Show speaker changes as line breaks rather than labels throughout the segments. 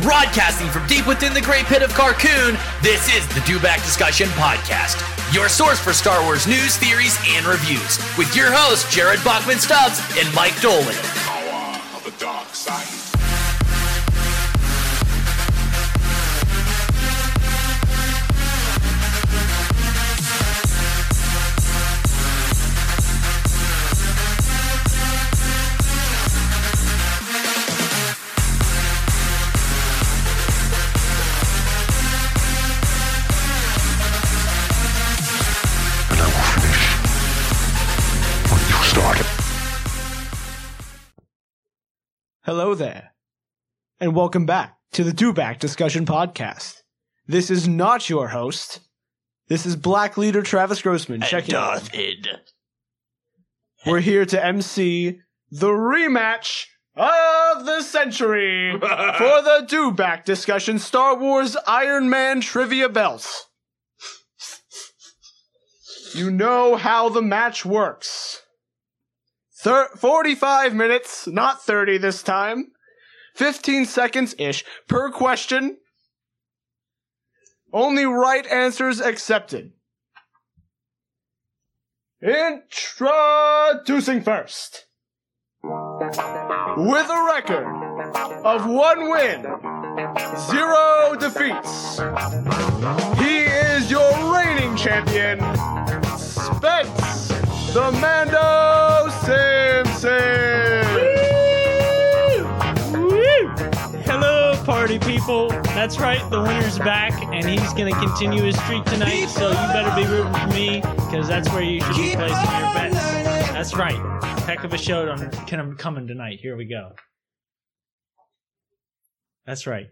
Broadcasting from deep within the great pit of Carcoon, this is the Do Back Discussion Podcast, your source for Star Wars news, theories, and reviews, with your hosts, Jared Bachman Stubbs and Mike Dolan.
power of the dark side.
and I will finish what you started.
Hello there, and welcome back to the Do Back Discussion Podcast. This is not your host. This is Black Leader Travis Grossman. Check it out. We're here to MC the rematch of the century for the Do Back Discussion Star Wars Iron Man Trivia Belt. You know how the match works. Thir- 45 minutes, not 30 this time. 15 seconds ish per question. Only right answers accepted. Introducing first. With a record of one win, zero defeats, he is your reigning champion, Spence the Mando Simpson.
Hello, party people. That's right, the winner's back, and he's going to continue his streak tonight. so you better be rooting for me, because that's where you should be placing your bets. That's right. Heck of a show on kind of coming tonight. Here we go. That's right.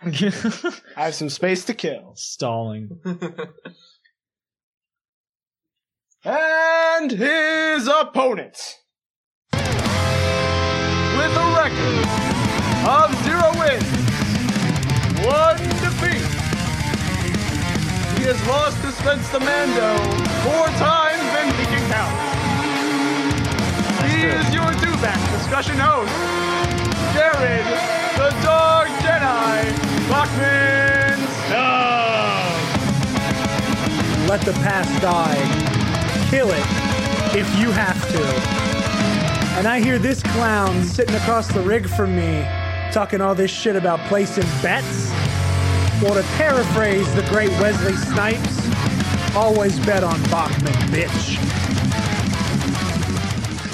I have some space to kill.
Stalling.
and his opponent with a record of zero wins, one defeat. He has lost to Spence the Mando four times and he can count. He is your do-back discussion host, Jared the Dark Jedi Lockman Stubbs.
Let the past die. Kill it if you have to. And I hear this clown sitting across the rig from me talking all this shit about placing bets. Well, to paraphrase the great Wesley Snipes, always bet on Bachman, bitch.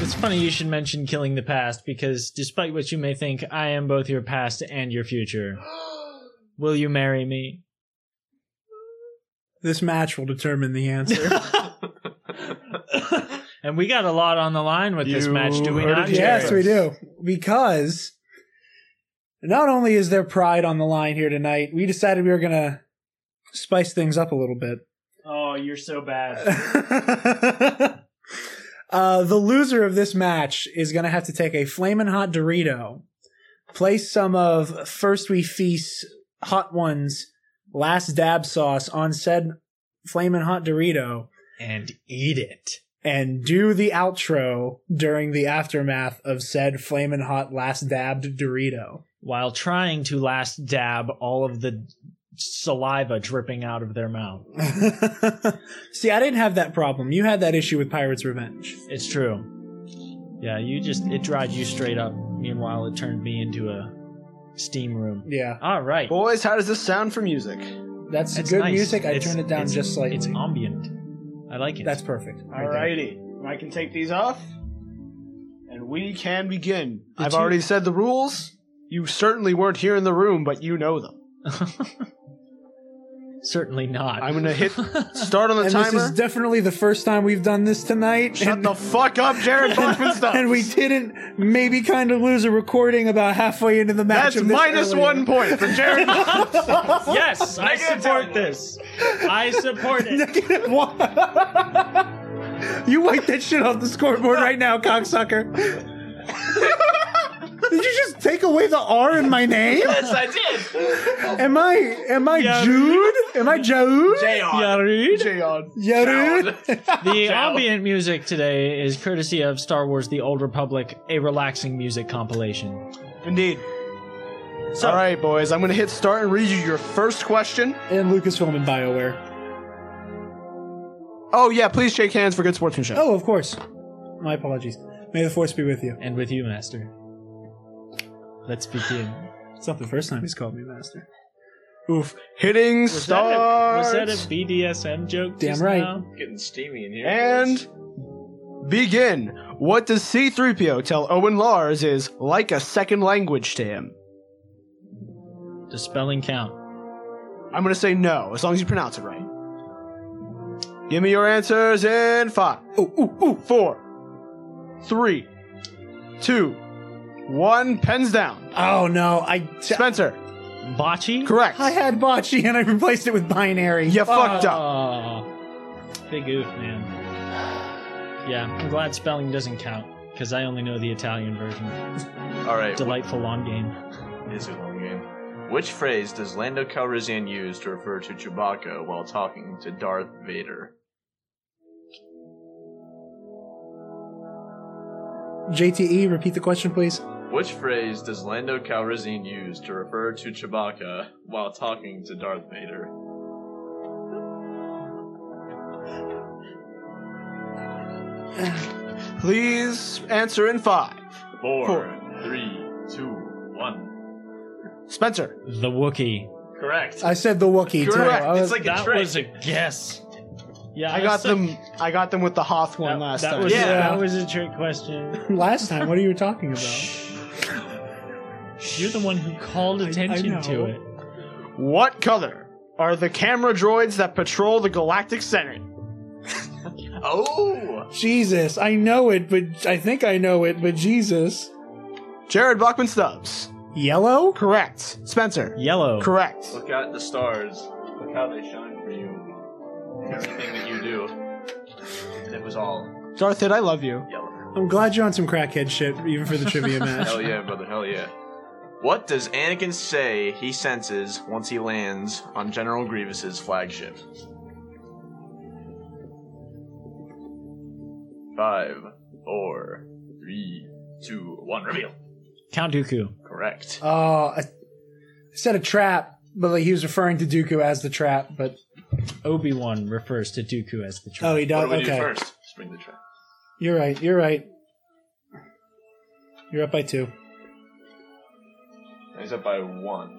It's funny you should mention killing the past, because despite what you may think, I am both your past and your future. Will you marry me?
This match will determine the answer.
and we got a lot on the line with this
You
match, do we
heard
not?
it here.
yes,
Jared?
we do. Because not only is there pride on the line here tonight, we decided we were going to spice things up a little bit.
Oh, you're so bad.
uh, the loser of this match is going to have to take a flaming hot Dorito, place some of First We Feast Hot One's last dab sauce on said flaming hot Dorito,
and eat it.
and do the outro during the aftermath of said flaming hot last dabbed Dorito.
While trying to last dab all of the saliva dripping out of their mouth.
See, I didn't have that problem. You had that issue with Pirates Revenge.
It's true. Yeah, you just, it dried you straight up. Meanwhile, it turned me into a steam room.
Yeah,
All right.
Boys, how does this sound for music?
that's
It's
good
nice.
music. I
It's-
turned it down
it's-
just slightly.
It's ambient. I like it.
That's perfect. Right there.
Alrighty, I can take these off, and we can begin.
Did
I've
you-
already said the rules. You certainly weren't here in the room, but you know them.
Certainly not.
I'm gonna hit start on the
and this
timer.
is definitely the first time we've done this tonight.
Shut
and,
the fuck up, Jared Bachman Stubbs.
and we didn't maybe kind of lose a recording about halfway into the match.
That's
of this
minus
earlier.
one point for Jared.
yes, I support this. I support it.
Negative one. you wipe that shit off the scoreboard right now, cocksucker. Did you just take away the R in my name?
Yes, I did.
Am I am I
Yeah.
Jude? Am I Jude?
J.R.
Yarud.
Jayon.
Yarud?
The ambient music today is courtesy of Star Wars The Old Republic, a relaxing music compilation.
Indeed. All right, boys. I'm going to hit start and read you your first question.
And Lucasfilm and Bioware.
Oh yeah, please shake hands for good sportsmanship.
Oh, of course. My apologies. May the force be with you.
And with you, Master. Let's begin.
It's not the first time he's called me master. Oof.
Hitting
Was that, a, was
stars
that a BDSM joke?
Damn
just
right.
now?
Getting steamy in here.
and begin. What does C-3PO tell Owen Lars is like a second language to him?
Does spelling count?
I'm gonna say no, as long as you pronounce it right. Give me your answers in five,
Ooh, ooh, ooh.
four, three, two, one. Pens down.
Oh no, I
Spencer,
Bocce?
correct.
I had bocce and I replaced it with binary.
Uh,
You
Fuck.
fucked up.
Aw, Big oof, man. Yeah, I'm glad spelling doesn't count because I only know the Italian version.
All right.
Delightful long game.
It is a long game. Which phrase does Lando Calrissian use to refer to Chewbacca while talking to Darth Vader?
Uh, JTE, E, repeat the question, please.
Which phrase does Lando Calrissian use to refer to Chewbacca while talking to Darth Vader?
Please answer in five.
Four,
Four.
three, two, one.
Spencer,
The Wookiee.
Correct.
I said the Wookiee. too.
Correct.
I was-
it's like a
That
trick.
was a guess. Yeah,
I
was
got
so-
them. I got them with the Hoth one
That,
last
that
time.
was
Yeah.
that was a trick question.
last time. What are you talking about?
You're the one who called attention
know.
to it.
What color are the camera droids that patrol the Galactic Senate?
oh!
Jesus, I know it, but I think I know it, but Jesus.
Jared Bachman Stubbs.
Yellow?
Correct. Spencer.
Yellow.
Correct.
Look at the stars. Look how they shine for you. Everything that you do. It was all
Darth Id, I love you.
yellow.
I'm glad you're on some crackhead shit, even for the trivia match.
Hell yeah, brother. Hell yeah. What does Anakin say he senses once he lands on General Grievous's flagship? Five, four, three, two, one. Reveal.
Count Dooku.
Correct.
Oh, I I said a trap, but like he was referring to Dooku as the trap, but
Obi Wan refers to Dooku as the trick.
oh, he
what
does.
do we
okay,
do first? Spring the trap.
you're right. You're right. You're up by two.
He's up by one.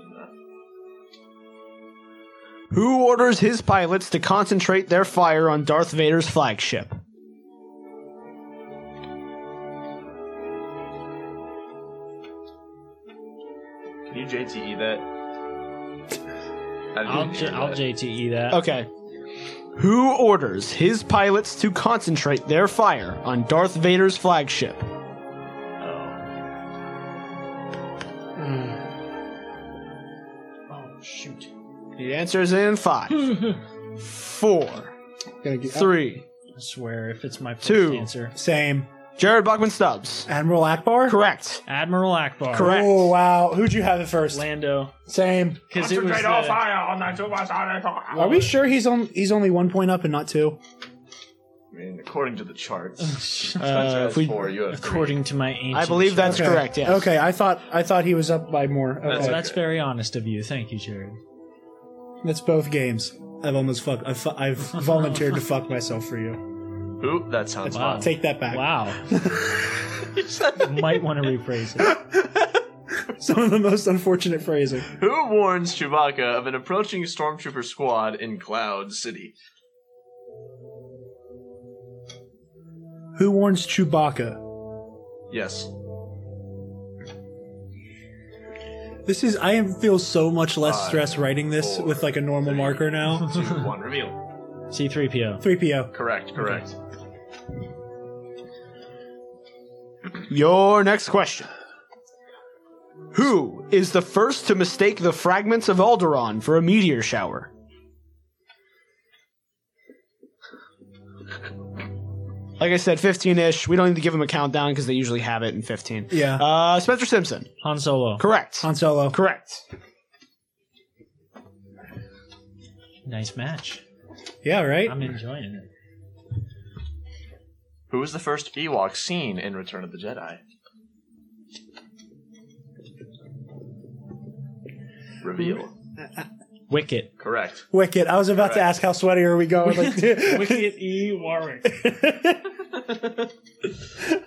Who orders his pilots to concentrate their fire on Darth Vader's flagship?
Can you JTE that? I didn't
I'll,
hear
j- E. I'll
that.
JTE that.
Okay. Who orders his pilots to concentrate their fire on Darth Vader's flagship?
Oh.
Oh, shoot. The answer's in five, four,
Gotta get-
three.
I swear, if it's my first
Two.
answer.
Same.
Jared Bachman Stubbs.
Admiral Akbar.
Correct.
Admiral Akbar.
Correct.
Oh wow, who'd you have it first?
Lando.
Same.
Because it was. the-
Are we sure he's on? He's only one point up and not two.
I mean, according to the charts, Spencer
Uh,
has
if we-
four. You have three.
according to my ancient.
I believe that's
Okay.
correct, yes.
Okay, I thought I thought he was up by more. Okay.
That's
That's,
right.
That's very honest of you. Thank you, Jared.
both games. I've almost fucked. I've, fu- I've volunteered to fuck myself for you.
Oop, that sounds
Wow.
fun.
Take that back.
Wow. Might want to rephrase it.
Some of the most unfortunate phrasing.
Who warns Chewbacca of an approaching stormtrooper squad in Cloud City?
Who warns Chewbacca?
Yes.
This is. I am feel so much less
Five,
stressed writing this
four,
with like a normal
three,
marker now.
Two, one, reveal.
C3PO.
Three PO.
Correct, correct.
Your next question. Who is the first to mistake the fragments of Alderaan for a meteor shower? Like I said, 15 ish. We don't need to give them a countdown because they usually have it in 15.
Yeah.
Uh, Spencer Simpson.
Han Solo.
Correct.
Han Solo.
Correct.
Nice match.
Yeah, right?
I'm enjoying it.
Who was the first Ewok seen in Return of the Jedi? Reveal.
Wicket.
Correct.
Wicked. I was about to ask how sweaty are we going. Like, dude,
Wicket E. Warwick.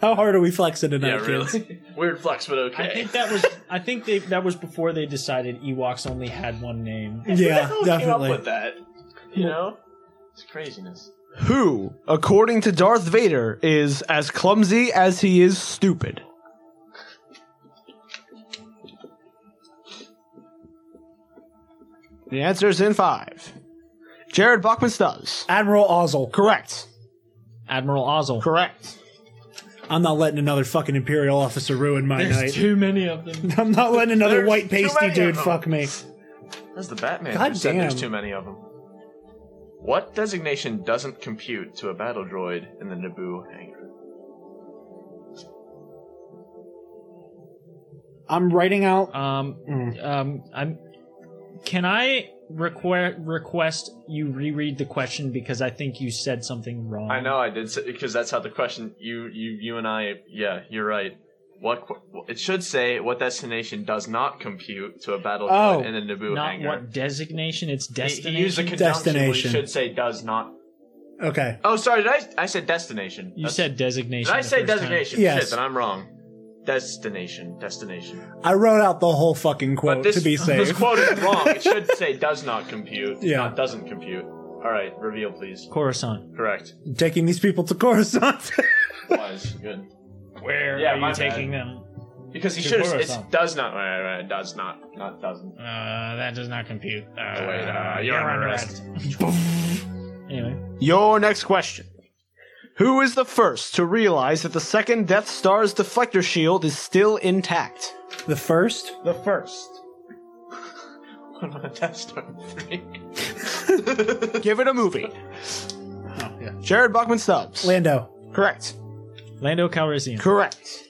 how hard are we flexing tonight,
Yeah,
kids?
really. Weird flex, but okay.
I think that was. I think they, that was before they decided Ewoks only had one name.
Yeah,
Who the hell Came up
definitely.
with that, you know, it's craziness.
Who, according to Darth Vader, is as clumsy as he is stupid? The answer is in five. Jared Bachman Stubbs.
Admiral Ozzel.
Correct.
Admiral Ozzel.
Correct.
I'm not letting another fucking Imperial officer ruin my night.
too many of them.
I'm not letting another
There's
white
too
pasty
many
dude
of them.
fuck me.
That's the Batman
God
who said there's
damn.
too many of them. What designation doesn't compute to a battle droid in the Naboo hangar?
I'm writing out.
Um, um, I'm. Can I request request you reread the question because I think you said something wrong.
I know I did say, because that's how the question you you you and I yeah you're right. What qu- it should say what destination does not compute to a battle
Oh,
droid in the Naboo
Not
hangar.
what designation. It's
He-
destination.
He used a conjunction.
Destination.
Destination. should say does not.
Okay.
Oh, sorry. Did I I said destination.
you
That's-
said designation.
Did I
the
say
first time.
designation?
Yes.
Shit, then I'm wrong. Destination. Destination.
I wrote out the whole fucking quote to be
This
safe.
quote is wrong. It should say does not compute.
Yeah.
Not doesn't compute. All right, reveal please.
Coruscant.
Correct.
Taking these people to Coruscant.
Was good.
Where
Yeah,
are
my
you taking them?
Because he
To
should.
borrow
It
some.
does not. Right, right, right, does not. Not doesn't.
Uh, that does not compute. Uh,
Wait, uh, you're under arrest.
Anyway,
Your next question. Who is the first to realize that the second Death Star's deflector shield is still intact?
the first?
The first.
What about Death Star three?
Give it a movie. Jared Bachman Stubbs.
Lando.
Correct.
Lando Calrissian.
Correct.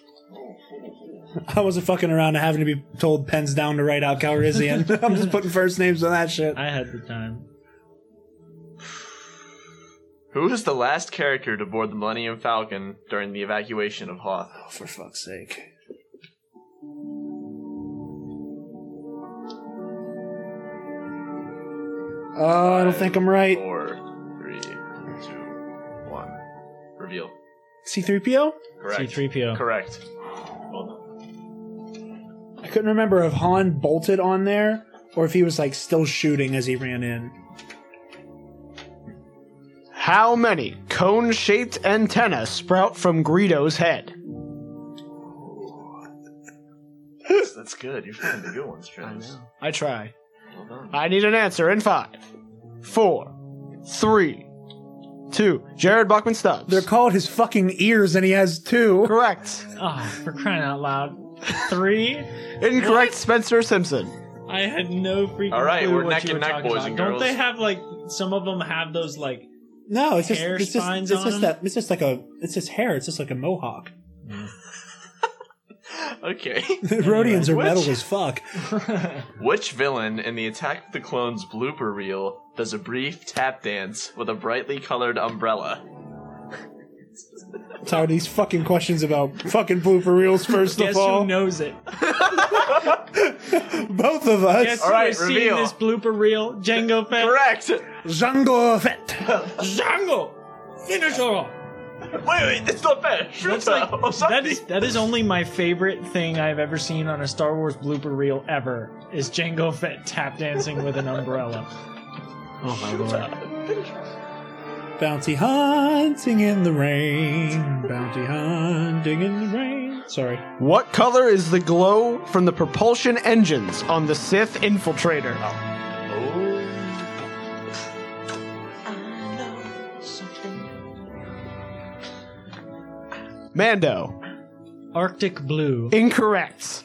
I wasn't fucking around and having to be told pens down to write out Calrissian. I'm just putting first names on that shit.
I had the time.
Who was the last character to board the Millennium Falcon during the evacuation of Hoth?
Oh, for fuck's sake. Oh, I don't think I'm right.
Four, three, two, one. Reveal.
C3PO?
Correct.
C-3PO.
Correct. Well done.
I couldn't remember if Han bolted on there or if he was like still shooting as he ran in.
How many cone shaped antennae sprout from Greedo's head?
That's, that's good. You're finding the good ones, Travis.
I try.
Well done.
I need an answer in five, four, three, two. Jared Bachman Stubbs.
They're called his fucking ears and he has two.
correct.
Oh, for crying out loud. Three?
Incorrect, Spencer Simpson.
I had no freaking
All right,
clue
we're
what
neck
you
and
were
neck,
talking
boys
about.
and
Don't
girls.
they have, like, some of them have those, like,
No, it's just
Hair
it's just
spines
it's
on
just
him?
that it's just like a it's just hair, it's just like a mohawk.
Okay.
Rhodians are
Which-
metal as fuck.
Which villain in the Attack of the Clones blooper reel does a brief tap dance with a brightly colored umbrella?
I'm tired of these fucking questions about fucking blooper reels first
guess
of all.
who knows it?
Both of us.
Guess
All
who
right,
has seen
reveal.
this blooper reel? Django Fett.
Correct! Wait,
Django Fett.
Django! Finish her off!
wait, that's not fair! Shoot
That's
her!
like-
or
that
something!
is that is only my favorite thing I've ever seen on a Star Wars blooper reel ever is Django Fett tap dancing with an umbrella. Oh my lord!
Bounty hunting in the rain. Bounty hunting in the rain. Sorry.
What color is the glow from the propulsion engines on the Sith Infiltrator? Mando.
Arctic blue.
Incorrect.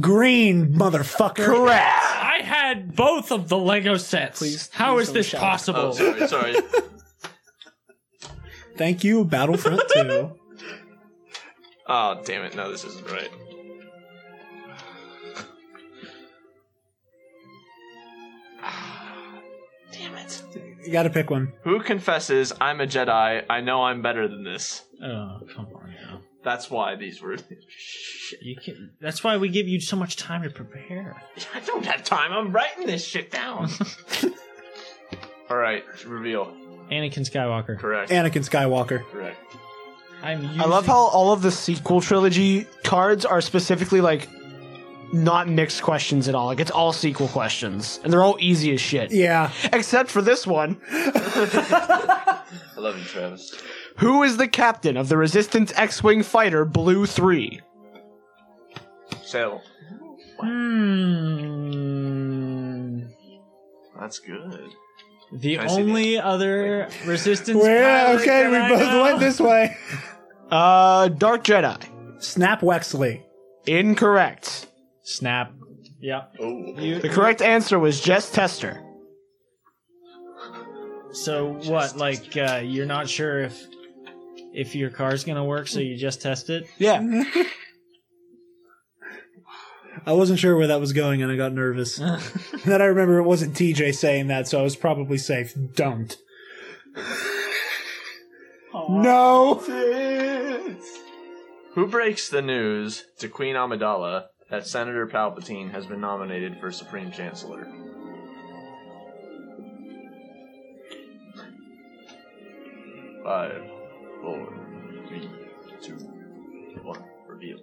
Green motherfucker.
Correct.
I had both of the Lego sets. How is this possible?
Oh, sorry, sorry.
Thank you, Battlefront 2.
Oh, damn it. No, this isn't right. damn it.
You gotta pick one.
Who confesses I'm a Jedi? I know I'm better than this.
Oh, come on now.
That's why these were.
You can, that's why we give you so much time to prepare.
I don't have time. I'm writing this shit down. All right, reveal.
Anakin Skywalker.
Correct.
Anakin Skywalker.
Correct.
I'm using,
I love how all of the sequel trilogy cards are specifically like not mixed questions at all. Like it's all sequel questions, and they're all easy as shit.
Yeah.
Except for this one.
I love you, Travis.
Who is the captain of the Resistance X-wing fighter Blue Three?
Sail.
Hmm.
That's good.
The
I see
only other resistance.
We're,
pilot
okay,
that
we
I
both
know-
went this way.
Uh, Dark Jedi.
Snap Wexley.
Incorrect.
Snap. Yep. You-
The correct answer was Jess Tester.
so what? Like uh, you're not sure if if your car's gonna work, so you just test it.
Yeah.
I wasn't sure where that was going and I got nervous. then I remember it wasn't TJ saying that, so I was probably safe. Don't. No!
Who breaks the news to Queen Amidala that Senator Palpatine has been nominated for Supreme Chancellor? Five, four, three, two, one. Reveal.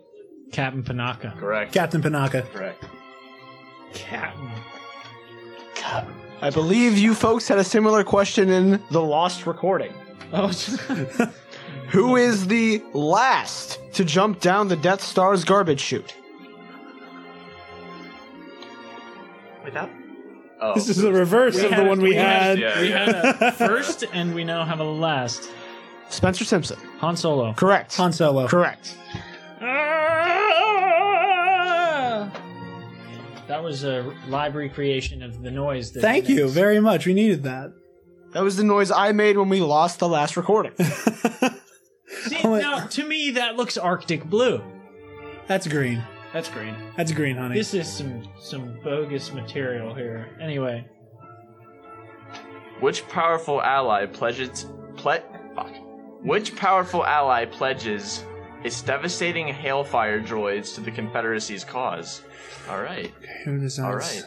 Captain Panaka.
Correct.
Captain Panaka.
Correct.
Captain.
I believe you folks had a similar question in the lost recording.
Oh,
Who is the last to jump down the Death Star's garbage chute?
Wait, that. Oh,
This is the reverse of the one we had.
yeah,
we
yeah.
had a first, and we now have a last.
Spencer Simpson.
Han Solo.
Correct.
Han Solo.
Correct.
That was a live recreation of the noise. That
Thank
he
you
makes.
very much. We needed that.
That was the noise I made when we lost the last recording.
See,
Oh, wait.
now, to me, that looks Arctic blue.
That's green.
That's green.
That's green, honey.
This is some some bogus material here. Anyway,
Oh. Which powerful ally pledges ple- fuck. Which powerful ally pledges its devastating hailfire droids to the Confederacy's cause? All right,
Who this
all
is.
right.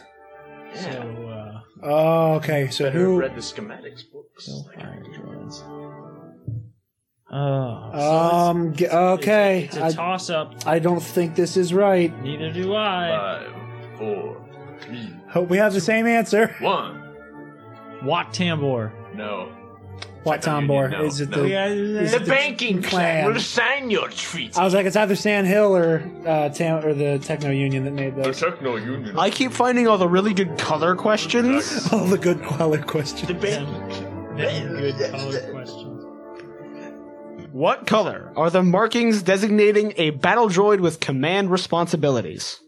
Yeah.
so uh,
Oh, okay. So
Better have
who?
read the schematics books.
Oh,
Um. g- Okay.
it's a
I,
toss up.
I don't think this is right.
Neither do I.
Five, four, three,
Hope we have the same answer.
one.
Wat Tambor.
No.
What
Tom
Tombor?
Union, no,
is it
no.
the?
Yeah,
it the-
banking
clan.
sign your treaty.
I was like, it's either Sand Hill or uh, Tam- or the Techno Union that made those.
techno union.
I keep finding all the really good color questions.
All the good color questions.
them, them good color questions.
What color are the markings designating a battle droid with command responsibilities?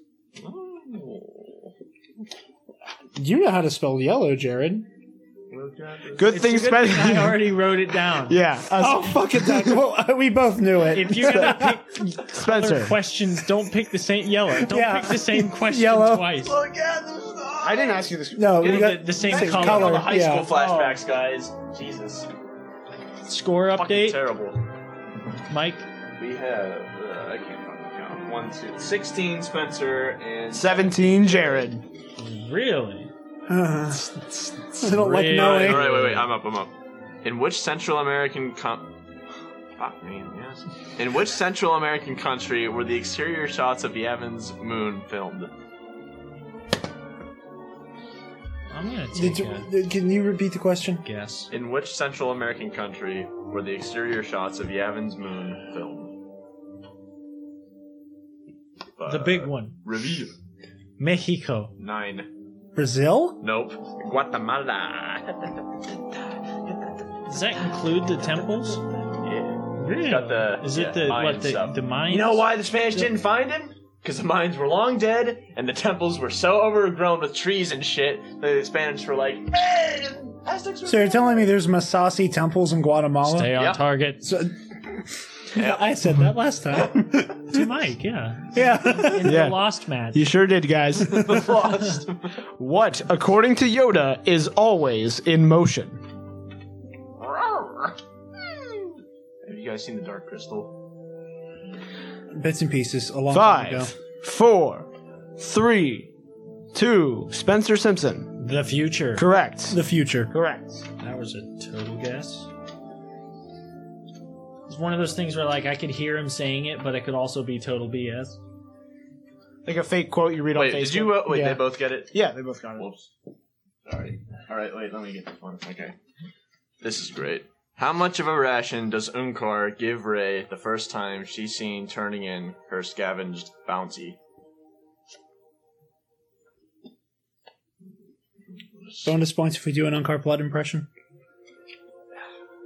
You know how to spell yellow, Jared.
Good thing Spencer.
I already wrote it down.
yeah. uh,
Oh, Fuck it, Doc. well, uh, we both knew it.
If you're gonna pick
Spencer.
color questions, don't pick the same yellow. Don't
Yeah.
pick the same question
Yellow.
twice.
I didn't ask you this.
no, we
Get
got
the, the same
same
color.
color.
All the high
yeah.
school flashbacks, guys. Jesus.
Score
Fucking
update,
terrible.
Mike.
We have, uh, I can't fucking count. One, two, 16 Spencer and
17, Jared.
Really?
Uh-huh. I don't like
Really?
All
knowing.
right, wait, wait, I'm up, I'm up. In which Central American com- Fuck me, yes. In which Central American country were the exterior shots of Yavim's moon filmed?
I'm gonna
Did
take
you-
a
did- can you repeat the question?
guess.
In which Central American country were the exterior shots of Yavim's moon filmed? Uh,
The big one,
Reveal.
Mexico.
Nine.
Brazil?
Nope. Guatemala.
Does that include the temples?
yeah.
Really?
got the-
Is
yeah,
it the
Mayan
what the
stuff.
the mines?
You know why the Spanish didn't find him? Because the mines were long dead, and the temples were so overgrown with trees and shit that the Spanish were like, "Eh,
So you're telling me there's Masasi temples in Guatemala?
Stay on
Yep.
target.
I said that last time.
To Mike, yeah.
yeah.
In
Yeah.
the Lost match.
You sure did, guys.
Lost.
what, according to Yoda, is always in motion?
Have you guys seen the Dark Crystal?
Bits and pieces a long time ago.
Five, four, three, two. Spencer Simpson.
The future.
Correct.
The future.
Correct.
That was a total guess. It's one of those things where like I could hear him saying it, but it could also be total BS.
Like a fake quote you read
Wait,
on Facebook.
did you? Uh, wait,
Yeah.
they both get it.
Yeah, they both got it.
Whoops. Sorry. All right, wait. Let me get this one. Okay. This is great. How much of a ration does Unkar give Ray the first time she's seen turning in her scavenged bounty?
Bonus points if we do an Uncar blood impression.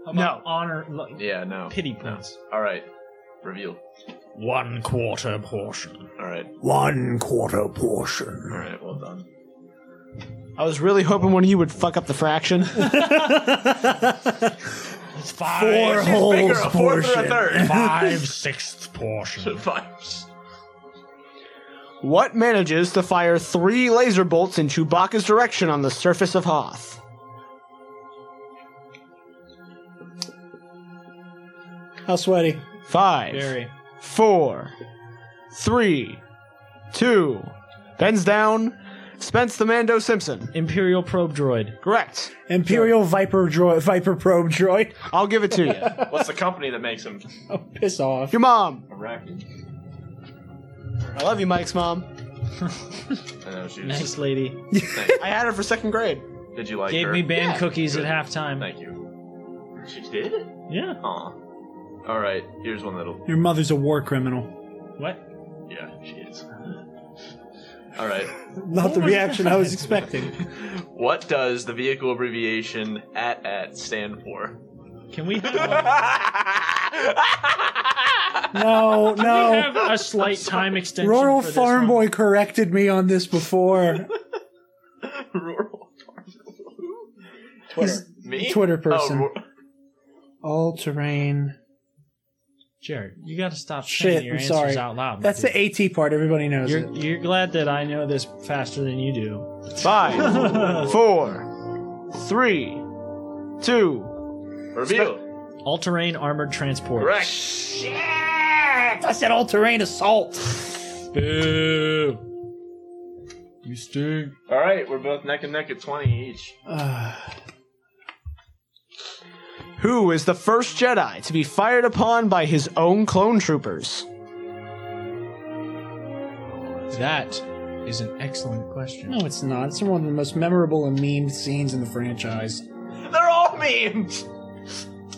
How about honor like,
Yeah, no.
pity points.
All right. Reveal.
One quarter portion.
All right.
One quarter portion.
All right. Well done.
I was really hoping one of you would fuck up the fraction.
It's five
Four holes
a fourth or a
portion.
third.
five sixth portion.
Five.
what manages to fire three laser bolts in Chewbacca's direction on the surface of Hoth?
How sweaty?
Five.
Very.
four, three, two. Bends down. Spence the Mando Simpson.
Imperial probe droid.
Correct.
Imperial Viper droid, Viper probe droid.
I'll give it to you.
What's the company that makes them?
Oh, piss off.
Your mom.
Arachne.
I love you, Mike's mom.
I know she was.
Nice lady.
I had her for second grade.
Did you like
Gave
her?
me band
Yeah.
cookies
Good.
at halftime.
Thank you. She did?
Yeah.
Aw. Alright, here's one that'll.
Your mother's a war criminal.
What?
Yeah, she is. Alright.
Not the reaction I was expecting.
What does the vehicle abbreviation AT AT stand for?
Can we have,
No,
we
no.
have a slight time extension?
Rural
for this
Farm
one?
Boy corrected me on this before.
Rural.
Twitter.
Me?
Twitter
Oh,
person.
ru-
All terrain.
Jared, you got to stop
Shit,
saying your
I'm
answers
sorry.
out loud. my
That's
dude.
the AT part. Everybody knows
You're,
it.
you're glad that I know this faster than you do.
Five, four, three, two.
Reveal.
All terrain armored transport.
Correct.
I said all terrain assault.
Boo. You stink.
Alright, we're both neck and neck at 20 each.
Who is the first Jedi to be fired upon by his own clone troopers?
That is an excellent question.
No, it's not. It's one of the most memorable and memed scenes in the franchise.
They're all memes!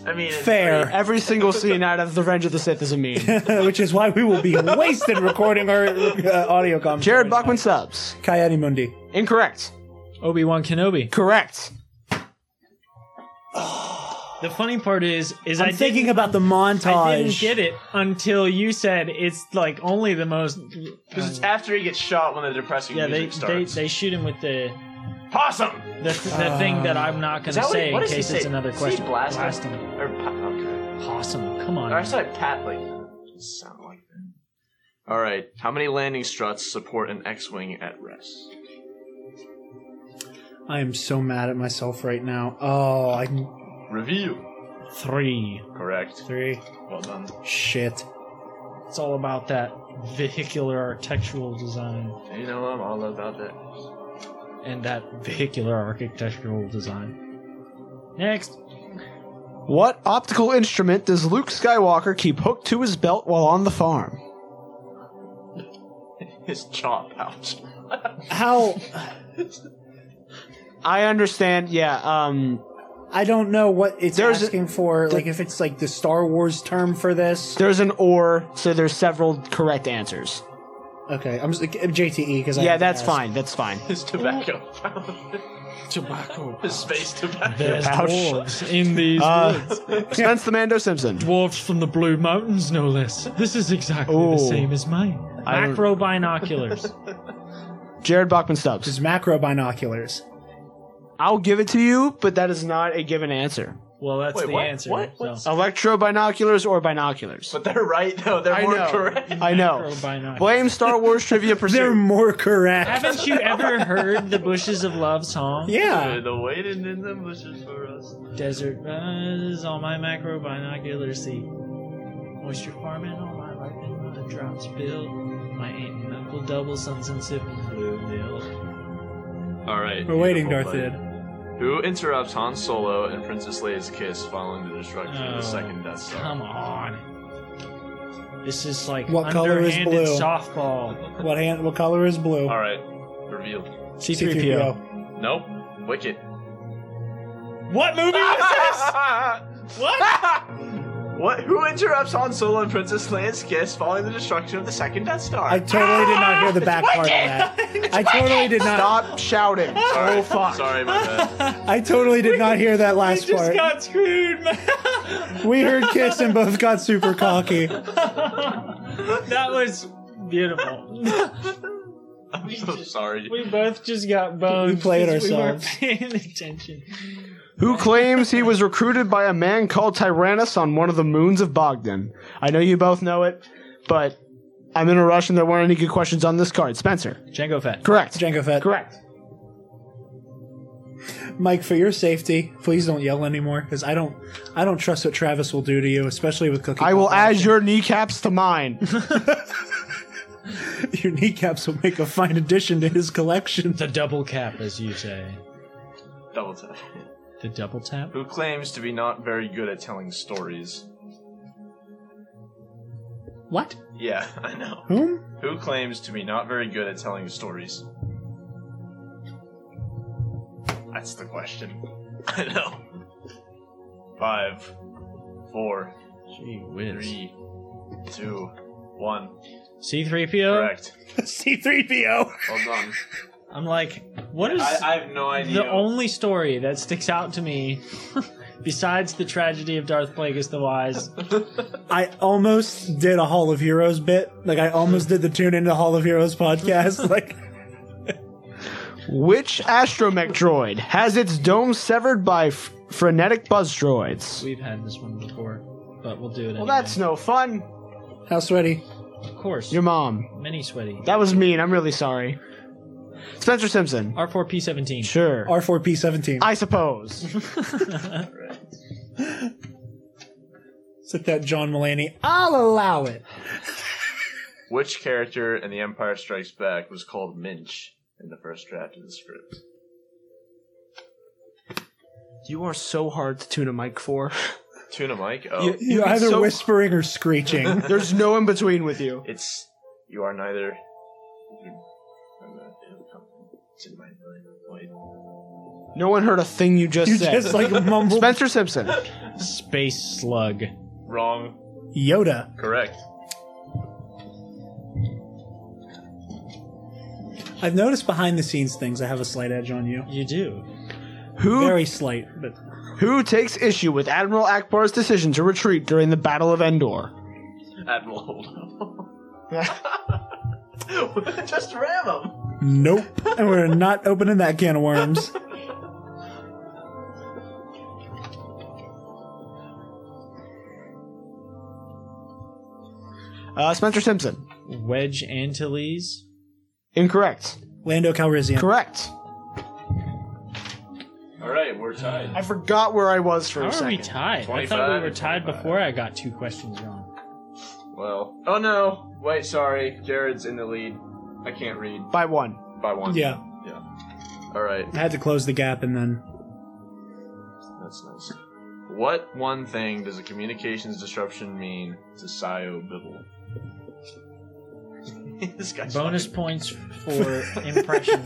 I mean, it's
Fair.
Every single scene out of The Revenge of the Sith is a meme.
Which is why we will be wasted recording our uh, audio comments.
Jared Bachman subs.
Kayati Mundi.
Incorrect.
Obi Wan Kenobi.
Correct.
The funny part is, is
I'm
I
thinking
didn't,
about the montage.
I didn't get it until you said it's like only the most.
Because it's after he gets shot when the depressing
Yeah, they,
music
they
starts.
they shoot him with the
Possum!
the, the thing that I'm not
Uh, Is
going to
that what he-
say in
what does he
case it's
say?
another
Does he
question.
blast him?
Blast him.
Or po- okay.
Awesome. Come on.
Or I saw it pat like sound like that. All right. How many landing struts support an X-wing at rest?
I am so mad at myself right now. Oh, I
Review.
Three.
Correct.
three.
Well done.
Shit.
It's all about that vehicular architectural design
You know I'm all about that.
and that vehicular architectural design. Next.
What optical instrument does Luke Skywalker keep hooked to his belt while on the farm?
His chop pouch.
How
I understand. Yeah. Um.
I don't know what it's
There's a-
asking for. like if it's like the Star Wars term for this.
There's an or, so there's several correct answers.
Okay, I'm uh, just, JTE because
Yeah, that's fine. That's fine.
His tobacco pouch.
Tobacco.
His space tobacco.
There's
Ouch.
wolves in these
Uh,
woods.
Spence the Mando Simpson.
Dwarfs from the Blue Mountains, no less. This is exactly
Ooh.
the same as mine.
I don't-
Macro binoculars.
Jared Bachman Stubbs.
Just macro binoculars.
I'll give it to you, but that is not a given answer.
Well, that's
Wait,
the
what?
answer.
What? What?
So.
Electro binoculars or binoculars?
But they're right though. They're
I
more
know.
correct.
I know.
Electrobinoculars.
Blame Star Wars Trivia
They're
Pursuit.
more correct.
Haven't you ever heard the Bushes of Love song?
Yeah.
The waiting in the bushes for us.
Desert rises, all my macro binoculars see. Moisture farming, all my lightning the drops build. My aunt and uncle double sons and siblings blue hill.
All right.
We're waiting,
beautiful
Darth
play.
Id.
Who interrupts Han Solo and Princess Leia's kiss following the destruction of
Oh,
the second Death Star?
Come on. This is like
What color is
underhanded
blue?
softball.
What hand? What color is blue?
All right. Revealed.
C3PO.
Nope. Wicket.
What movie was this? What?
what? Who interrupts Han Solo and Princess Leia's kiss following the destruction of the second Death Star?
I totally did not hear the back part of that. I totally did not.
Stop shouting.
Sorry. Sorry, my bad.
I totally did not hear that
I
last
just
part.
got screwed, man.
we heard kiss and both got super cocky.
that was beautiful.
I'm so sorry.
We both just got boned.
We played
because
ourselves.
We weren't paying attention.
Who claims he was recruited by a man called Tyrannus on one of the moons of Bogdan? I know you both know it, but I'm in a rush and there weren't any good questions on this card. Spencer.
Django Fett.
Correct.
Jango Fett.
Correct.
Mike, for your safety, please don't yell anymore because I don't, I don't trust what Travis will do to you, especially with cooking.
I will add your kneecaps to mine.
your kneecaps will make a fine addition to his collection.
The double cap, as you say.
Double tap.
The double tap?
Who claims to be not very good at telling stories?
What?
Yeah, I know.
Whom?
Who claims to be not very good at telling stories? That's the question. I know. Five, four,
Gee whiz.
three, two, one.
C3PO?
Correct.
C3PO.
Hold on.
I'm like, what is
I, I have no idea.
the only story that sticks out to me besides the tragedy of Darth Plagueis the Wise?
I almost did a Hall of Heroes bit. Like I almost did the tune into Hall of Heroes podcast. Like
Which astromech droid has its dome severed by f- frenetic buzz droids?
We've had this one before, but we'll do it
Well, that's no fun.
how sweaty?
Of course.
Your mom.
mini sweaty.
That was mean. I'm really sorry. Spencer Simpson.
R4P17.
Sure.
R4P17.
I suppose.
It's like that John Mulaney.
Oh,
I'll allow it.
Which character in The Empire Strikes Back was called Minch in the first draft of the script?
You are so hard to tune a mic for.
Tuna Mike? Oh.
You-
You're
get
either
so-
whispering or screeching.
There's no in between with you.
It's. You are neither. I'm not- It's in my mind. Wait.
No one heard a thing you just
you
said.
just like mumble
Spencer Simpson.
Space slug.
Wrong.
Yoda.
Correct.
I've noticed behind the scenes things. I have a slight edge on you.
You do.
Who
Very slight, but
who takes issue with Admiral Akbar's decision to retreat during the Battle of Endor?
Admiral Holdo. Just ram him.
nope. and we're not opening that can of worms.
Uh, Spencer Simpson.
Wedge Antilles.
Incorrect.
Lando Calrissian.
Correct.
All right, we're tied.
I forgot where I was for
How
a
are we
second.
tied? I thought we
25,
were tied
25.
before I got two questions wrong.
Well. Oh no. Wait, sorry. Jared's in the lead. I can't read
By one.
by one.
Yeah,
Yeah. All right.
I had to close the gap and then
That's nice. What one thing does a communications disruption mean to Sayo Bibble? this guy's
Bonus points for impression.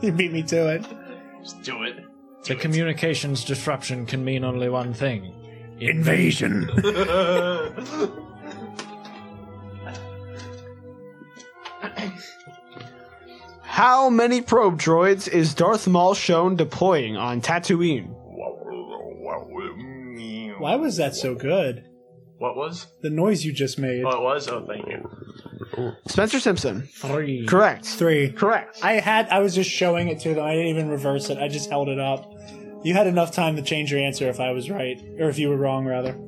you beat me to it.
fucking- Just do it.
The communications disruption can mean only one thing.
Invasion.
How many probe droids is Darth Maul shown deploying on Tatooine?
Why was that so good?
What was?
The noise you just made.
Oh, it was. Oh, thank you.
Spencer Simpson.
Three.
Correct.
Three.
Correct.
I had. I was just showing it to them. I didn't even reverse it. I just held it up. You had enough time to change your answer if I was right, or if you were wrong, rather.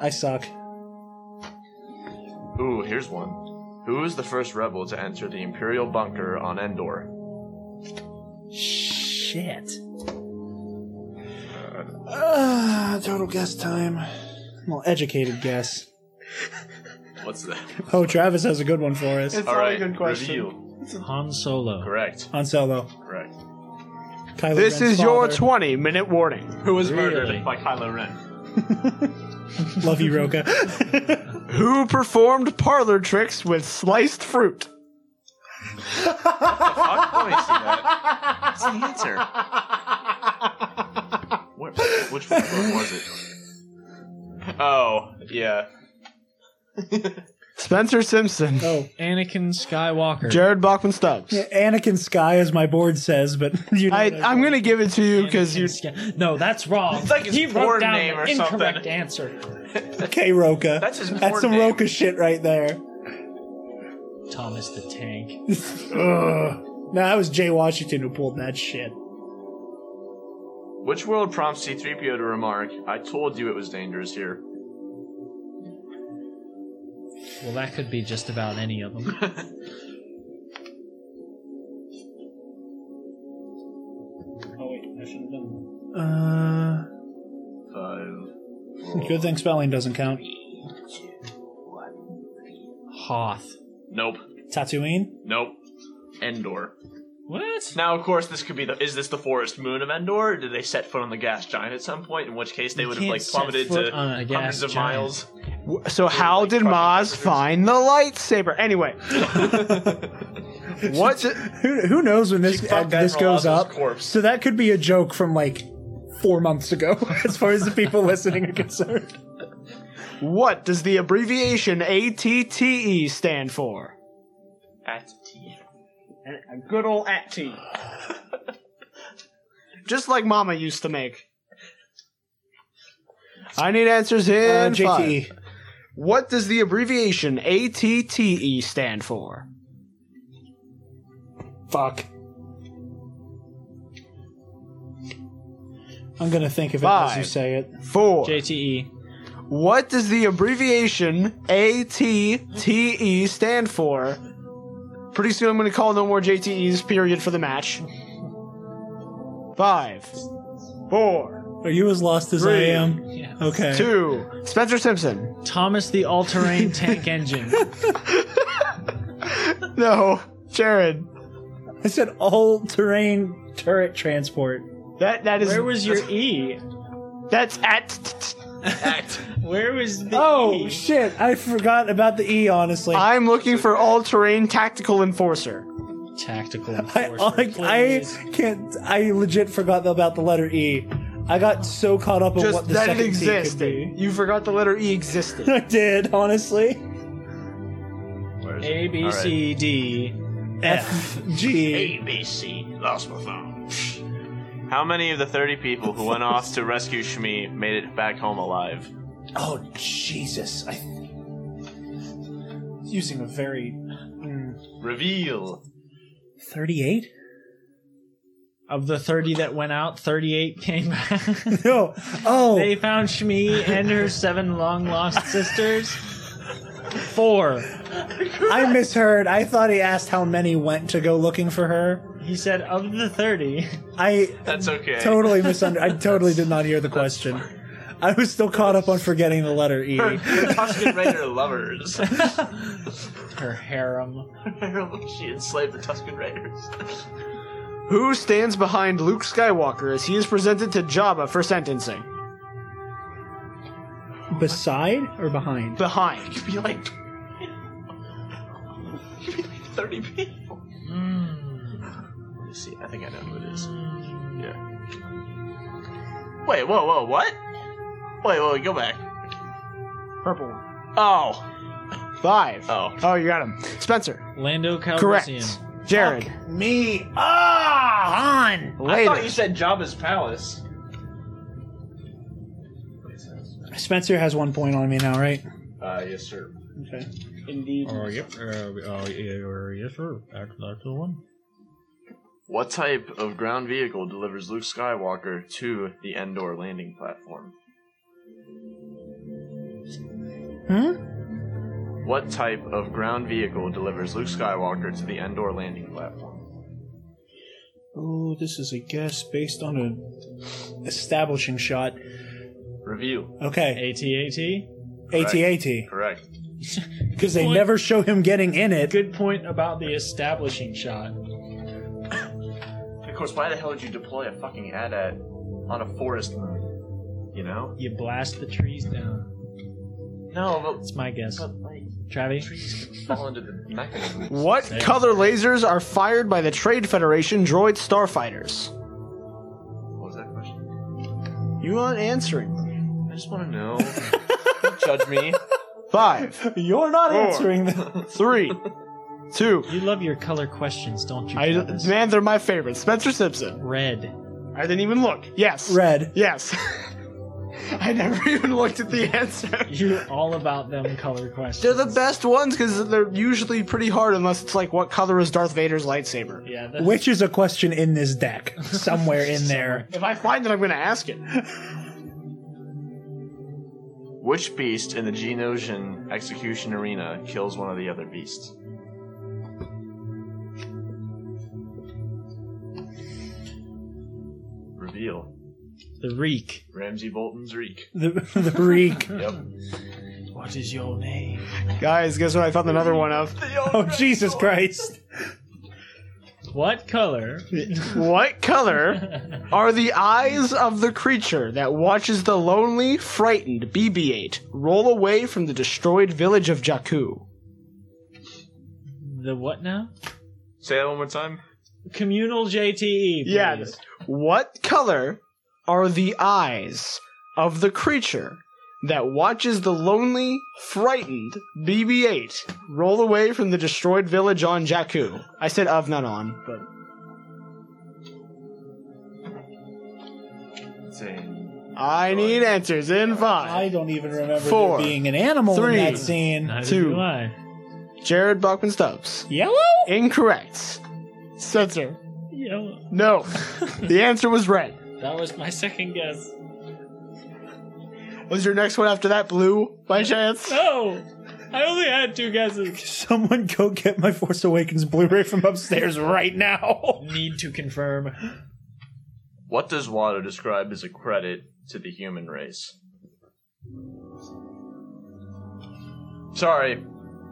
I suck.
Ooh, here's one. Who was the first rebel to enter the Imperial bunker on Endor?
Shit. Uh, total guess time. Well, educated guess.
What's that?
Oh, Travis has a good one for us.
All right, review.
Han Solo.
Correct.
Han Solo.
Correct.
Kylo
This
Ren's
is your
father.
20 minute warning.
Who was
Really?
murdered by Kylo Ren?
Love you, Roka.
Who performed parlor tricks with sliced fruit?
Fuck, let me see Oh, that. It's the answer. Where, which one was it? Oh, yeah.
Spencer Simpson.
oh,
Anakin Skywalker.
Jared Bachman Stubbs.
Anakin Sky, as my board says, but you know
I,
what I
I'm going to give it to you because you.
Anakin Sky- no, that's wrong.
It's like his
he wrote
porn
down
name
the
or something.
incorrect answer.
Okay, Roka.
That's his
That's
porn
some
name.
Roka shit right there.
Thomas the Tank.
No, that was Jay Washington who pulled that shit.
Which world prompts C3PO to remark, I told you it was dangerous here?
Well, that could be just about any of them. oh wait, I should have done.
Uh,
Five.
good thing spelling doesn't count.
Hoth.
Nope.
Tatooine.
Nope. Endor.
What?
Now, of course, this could be the. Is this the forest moon of Endor? Or did they set foot on the gas giant at some point? In which case they would have
can't
like
set
plummeted
foot
to
on a
hundreds
gas
of
giant.
miles.
So, how did Maz find the lightsaber? Anyway. What's it?
Who, who knows when this
She
uh,
fucked
this
Admiral
goes
Osso's
up?
corpse.
So that could be a joke from like four months ago, as far as the people listening are concerned.
What does the abbreviation ATTE E stand for?
At T.
Good old ATTE. Just like Mama used to make. I need answers
Uh,
in five.
JTE.
What does the abbreviation ATTE E stand for?
Fuck. I'm gonna think of it as you
Five.
say it.
Four.
E. JTE.
What does the abbreviation ATTE E stand for? Pretty soon I'm going to call no more JTEs, period, for the match. Five, four,
Are you as lost as I
Three.
am?
Yeah.
Okay.
two. Spencer Simpson.
Thomas the All-Terrain Tank Engine.
No, Jared.
I said all-terrain turret transport.
That that is
Where was your E?
that's at.
Where was the
Oh
E?
shit! I forgot about the E. Honestly, I
I'm looking for all-terrain tactical enforcer.
Tactical
I,
enforcer.
I
please.
can't. I legit forgot about the letter E. I got so caught up in
Just
what the
that it
second T could
existed.
be.
You forgot the letter E existed.
I did honestly.
Where is it?
A B
All right.
C D.
F G.
ABC. Lost my phone. How many of the 30 people who went off to rescue Shmi made it back home alive?
Oh Jesus! I using a very
Reveal.
thirty-eight.
Of the 30 that went out, 38 came back.
No. Oh.
they found Shmi and her seven long lost sisters. Four.
I misheard. I thought he asked how many went to go looking for her.
He said, of the 30.
I
That's okay.
totally misunderstood. I totally did not hear the question. I was still caught up on forgetting the letter E.
Tusken Raider lovers.
Her harem.
she enslaved the Tusken Raiders.
Who stands behind Luke Skywalker as he is presented to Jabba for sentencing?
Beside or behind?
Behind.
Be like. Be like 30 people. Hmm. Let me see. I think I know who it is. Yeah. Wait, whoa, whoa, what? Wait, whoa, go back.
Purple one.
Oh.
Five.
Oh.
Oh, you got him. Spencer.
Lando Calrissian.
Correct. Jared.
Me. Ah!
On.
I
Later.
thought you said Jabba's Palace.
Spencer has one point on me now, right?
Uh, yes, sir.
Okay.
Indeed.
Oh, yep. Uh, oh, yeah, or- yes, sir. That's, that's the one.
What type of ground vehicle delivers Luke Skywalker to the Endor landing platform?
Huh?
What type of ground vehicle delivers Luke Skywalker to the Endor landing platform?
Oh, this is a guess based on a establishing shot.
Review.
Okay,
ATAT.
AT-AT.
Correct.
Because they
Point.
never show him getting in it.
Good point about the establishing shot.
Of course, why the hell would you deploy a fucking AT-AT on a forest moon? You know?
You blast the trees down.
No, but,
That's my guess.
but like,
Travi?
trees can fall into the mechanism.
What color lasers are fired by the Trade Federation droid starfighters?
What was that question?
You aren't answering.
I just want to know. Don't judge me.
Five,
You're not
Four.
answering that.
three, two.
You love your color questions, don't you?
I
Travis?
man, they're my favorite. Spencer Simpson.
Red.
I didn't even look. Yes.
Red.
Yes. I never even looked at the answer.
You're all about them color questions.
They're the best ones because they're usually pretty hard, unless it's like, what color is Darth Vader's lightsaber?
Yeah, that's
Which is a question in this deck. Somewhere in there.
If I find it, I'm going to ask it.
Which beast in the Genosian execution arena kills one of the other beasts? Reveal.
the reek.
Ramsey Bolton's reek.
The, the reek.
Yep.
What is your name?
Guys, guess what I found another one of?
Oh, Jesus Christ.
What color?
What color are the eyes of the creature that watches the lonely, frightened BB 8 roll away from the destroyed village of Jakku?
The what now?
Say that one more time.
Communal JTE. Please.
Yes. What color are the eyes of the creature that watches the lonely, frightened BB 8 roll away from the destroyed village on Jakku? I said of, not on, but.
Say.
I need answers in
I
five.
don't even remember
Four.
there being an animal
Three.
in that scene.
Neither
Two.
do I.
Jared Buckman Stubbs.
Yellow?
Incorrect. Spencer.
Yeah,
No. the answer was red.
that was my second guess.
Was your next one after that blue by chance?
No! I only had two guesses.
Someone go get my Force Awakens Blu ray from upstairs right now.
Need to confirm.
What does Watto describe as a credit to the human race? Sorry.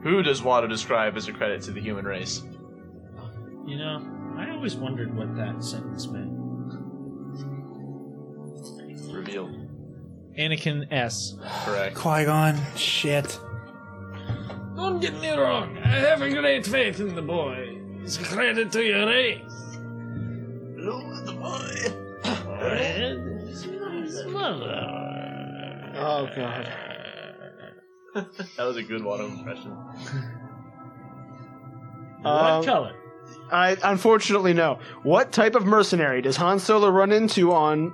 Who does Watto describe as a credit to the human race?
You know, I always wondered what that sentence meant.
Reveal.
Anakin S.
Correct.
Qui Gon. Shit.
Don't get me wrong, I have a great faith in the boy. It's a credit to your race.
Oh god.
That was a good Watto impression.
Um,
what color?
I unfortunately no. What type of mercenary does Han Solo run into on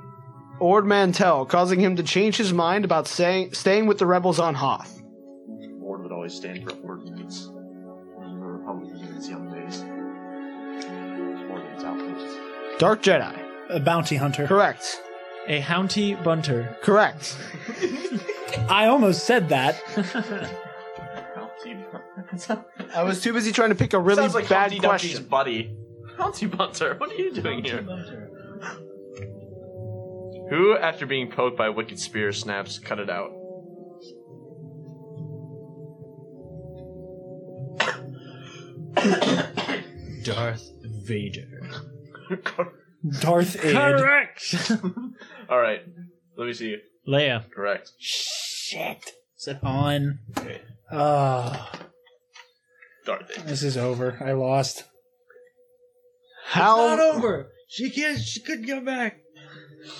Ord Mantell, causing him to change his mind about saying, staying with the rebels on Hoth?
Ward would always stand for ordinance. Those were Republicans in its young days. Ordnance outposts.
Dark Jedi.
A bounty hunter.
Correct.
A Hounty Bunter.
Correct.
I almost said that.
Humpty
I was too busy trying to pick a really
Sounds like
bad
Humpty Dumpty's
question.
buddy. Humpty Bunter, what are you doing here? Who, after being poked by Wicked Spear, snaps, cut it out?
Darth Vader.
Darth Aid.
Correct!
Alright, let me see.
Leia.
Correct.
Shit. Is it on? Ah,
Darth Vader.
this is over. I lost.
How
over. She can't. She couldn't go back.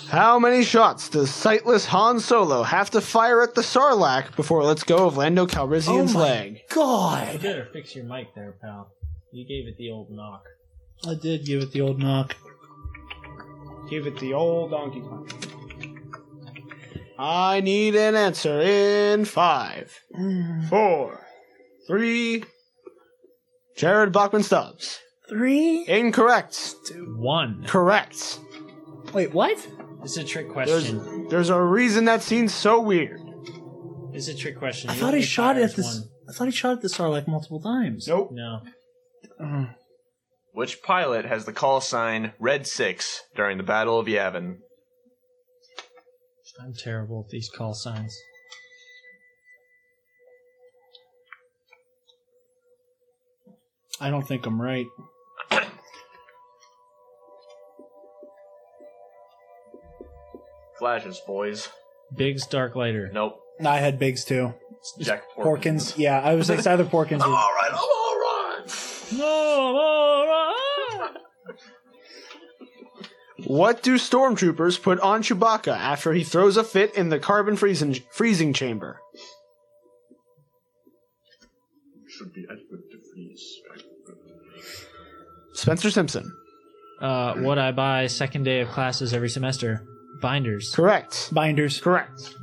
how many shots does sightless Han Solo have to fire at the Sarlacc before it lets go of Lando Calrissian's
Oh my-
leg?
You
God.
better fix your mic there, pal. You gave it the old knock.
I did give it the old knock.
Give it the old Donkey Kong. I need an answer in five, four, Three. Jared Bachman Stubbs.
Three.
Incorrect.
One.
Correct.
Wait, what?
It's a trick
There's,
question.
there's a reason that scene's so weird.
It's a trick question.
I
You
thought he
only
shot
fires
at this.
one.
I thought he shot at the star like multiple times.
Nope.
No.
Which pilot has the call sign Red Six during the Battle of Yavin?
I'm terrible at these call signs.
I don't think I'm right.
Flashes, boys.
Biggs Dark Lighter.
Nope.
I had Biggs too.
It's Jack Porkins.
Porkins. Yeah, I was like, it's either Porkins.
I'm
Or,
all right. I'm all right.
What do stormtroopers put on Chewbacca after he throws a fit in the carbon freezing freezing chamber?
Should be adequate to freeze.
Spencer Simpson.
Uh, what I buy second day of classes every semester. Binders.
Correct.
binders.
Correct.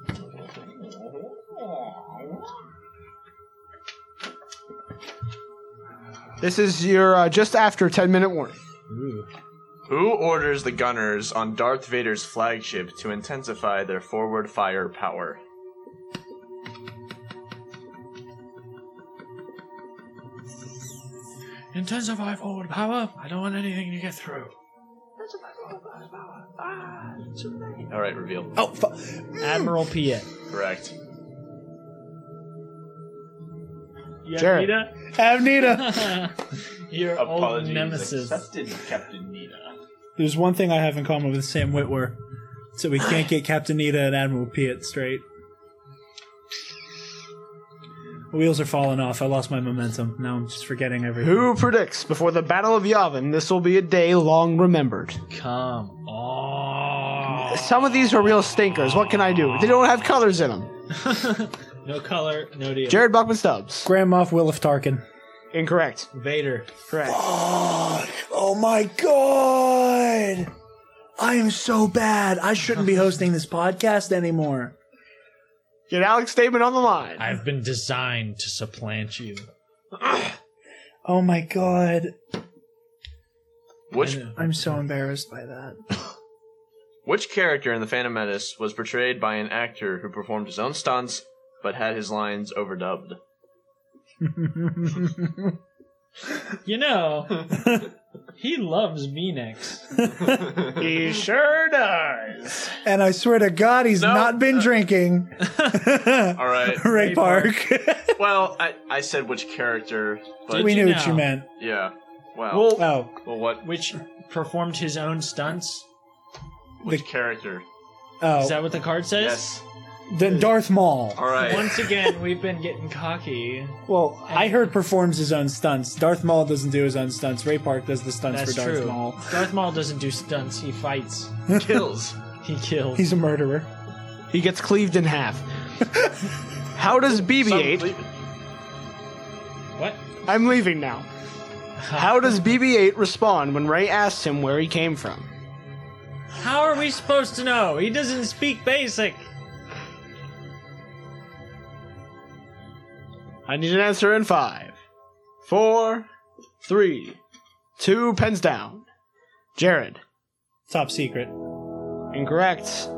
This is your uh, just after 10 minute warning.
Who orders the gunners on Darth Vader's flagship to intensify their forward fire power?
Intensify forward power. I don't want anything to get through.
All right, reveal.
Oh, fu-
Admiral Piet.
Correct.
Yeah,
Jared.
Avnita.
Your old nemesis.
Captain Nina.
There's one thing I have in common with Sam Witwer, so we can't get Captain Nita and Admiral Piet straight. Wheels are falling off. I lost my momentum. Now I'm just forgetting everything.
Who predicts before the Battle of Yavin this will be a day long remembered?
Come on.
Some of these are real stinkers. What can I do? They don't have colors in them.
no color, no deal.
Jared Buckman Stubbs.
Grand Moff Will of Tarkin.
Incorrect.
Vader.
Correct.
Oh my god! I am so bad. I shouldn't be hosting this podcast anymore.
Get Alex Statement on the line.
I've been designed to supplant you.
Oh my god.
Which
I'm so embarrassed by that.
which character in The Phantom Menace was portrayed by an actor who performed his own stunts but had his lines overdubbed?
You know, he loves V-necks.
he sure does.
And I swear to God, he's
No.
not been drinking.
All right.
Ray Park.
Well, I, I said which character, but
we
you
knew
know?
what you meant.
yeah. Wow. Well,
Well,
Oh,
what?
Which performed his own stunts.
Which character?
oh.
Is that what the card says?
Yes.
then Darth Maul.
All right.
Once again, we've been getting cocky.
Well, I heard performs his own stunts. Darth Maul doesn't do his own stunts. Ray Park does the stunts
That's
for Darth
true.
Maul.
Darth Maul doesn't do stunts; he fights.
Kills.
He kills.
He's a murderer.
he gets cleaved in half. How does BB-8?
what?
I'm leaving now. How does BB-8 respond when Ray asks him where he came from?
How are we supposed to know? He doesn't speak basic.
I need an answer in five, four, three, two. Pens down. Jared,
Top secret.
incorrect.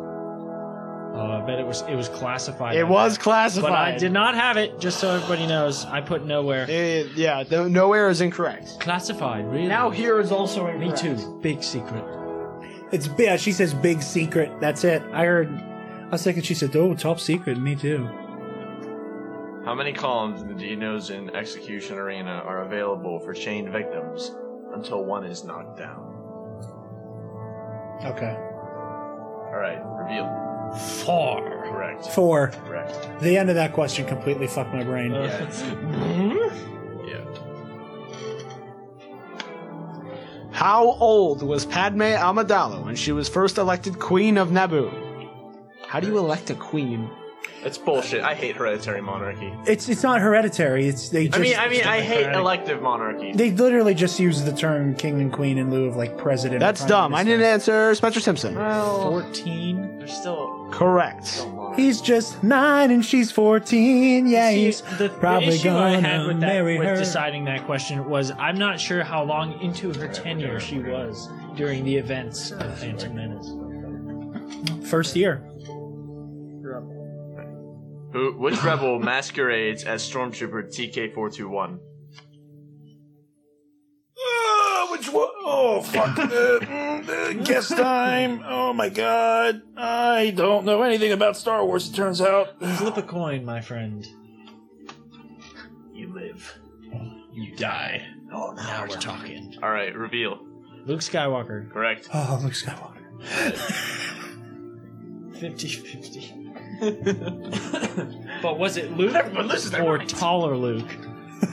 Oh, I bet it was it was classified.
It was
but
classified.
I did not have it. Just so everybody knows, I put nowhere.
Eh, yeah, no, nowhere is incorrect.
classified, really?
Now here is also
me
incorrect.
too. Big secret.
It's yeah. She says big secret. That's it. I heard. I was thinking she said, "Oh, top secret." Me too.
How many columns in the Genos in Execution Arena are available for chained victims until one is knocked down?
Okay.
All right, reveal.
Far.
Correct.
Four.
Correct.
The end of that question completely fucked my brain.
Yeah. it's- yeah.
How old was Padme Amidala when she was first elected Queen of Naboo? How do you elect a queen?
It's bullshit. I hate hereditary monarchy.
It's it's not hereditary. It's they. Just,
I mean, I mean, I hate elective monarchy.
They literally just use the term king and queen in lieu of like president. or
That's
prime
dumb. I need
minister.
an answer. Spencer Simpson.
Well,
Fourteen.
there's still
Correct.
a lot.
He's just nine and she's 14. Yeah,
See,
he's
the,
probably
the issue
gonna
I had with, that,
marry
with
her.
deciding that question was I'm not sure how long into her tenure she was during the events of Phantom Menace.
First year.
Who, which rebel masquerades as Stormtrooper TK421?
Uh, which one? Oh, fuck. uh, mm, uh, guess time. Oh, my God. I don't know anything about Star Wars, it turns out.
Flip a coin, my friend.
You live.
You die.
Oh, no.
Now we're talking.
All right, reveal.
Luke Skywalker,
Correct.
Oh, Luke Skywalker.
50 50. but was it Luke or taller Luke?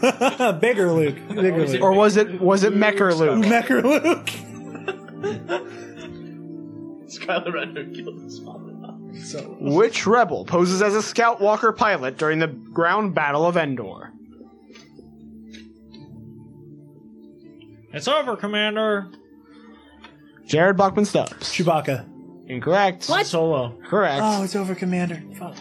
Bigger Luke. Bigger Luke.
Or was it was it Mecker Luke?
Mecker Luke.
Skylar Renner killed his father.
Which rebel poses as a scout walker pilot during the ground battle of Endor?
It's over, Commander.
Jared Bachman Stubbs.
Chewbacca.
Incorrect.
Solo.
Correct.
Oh, it's over, Commander. Fuck.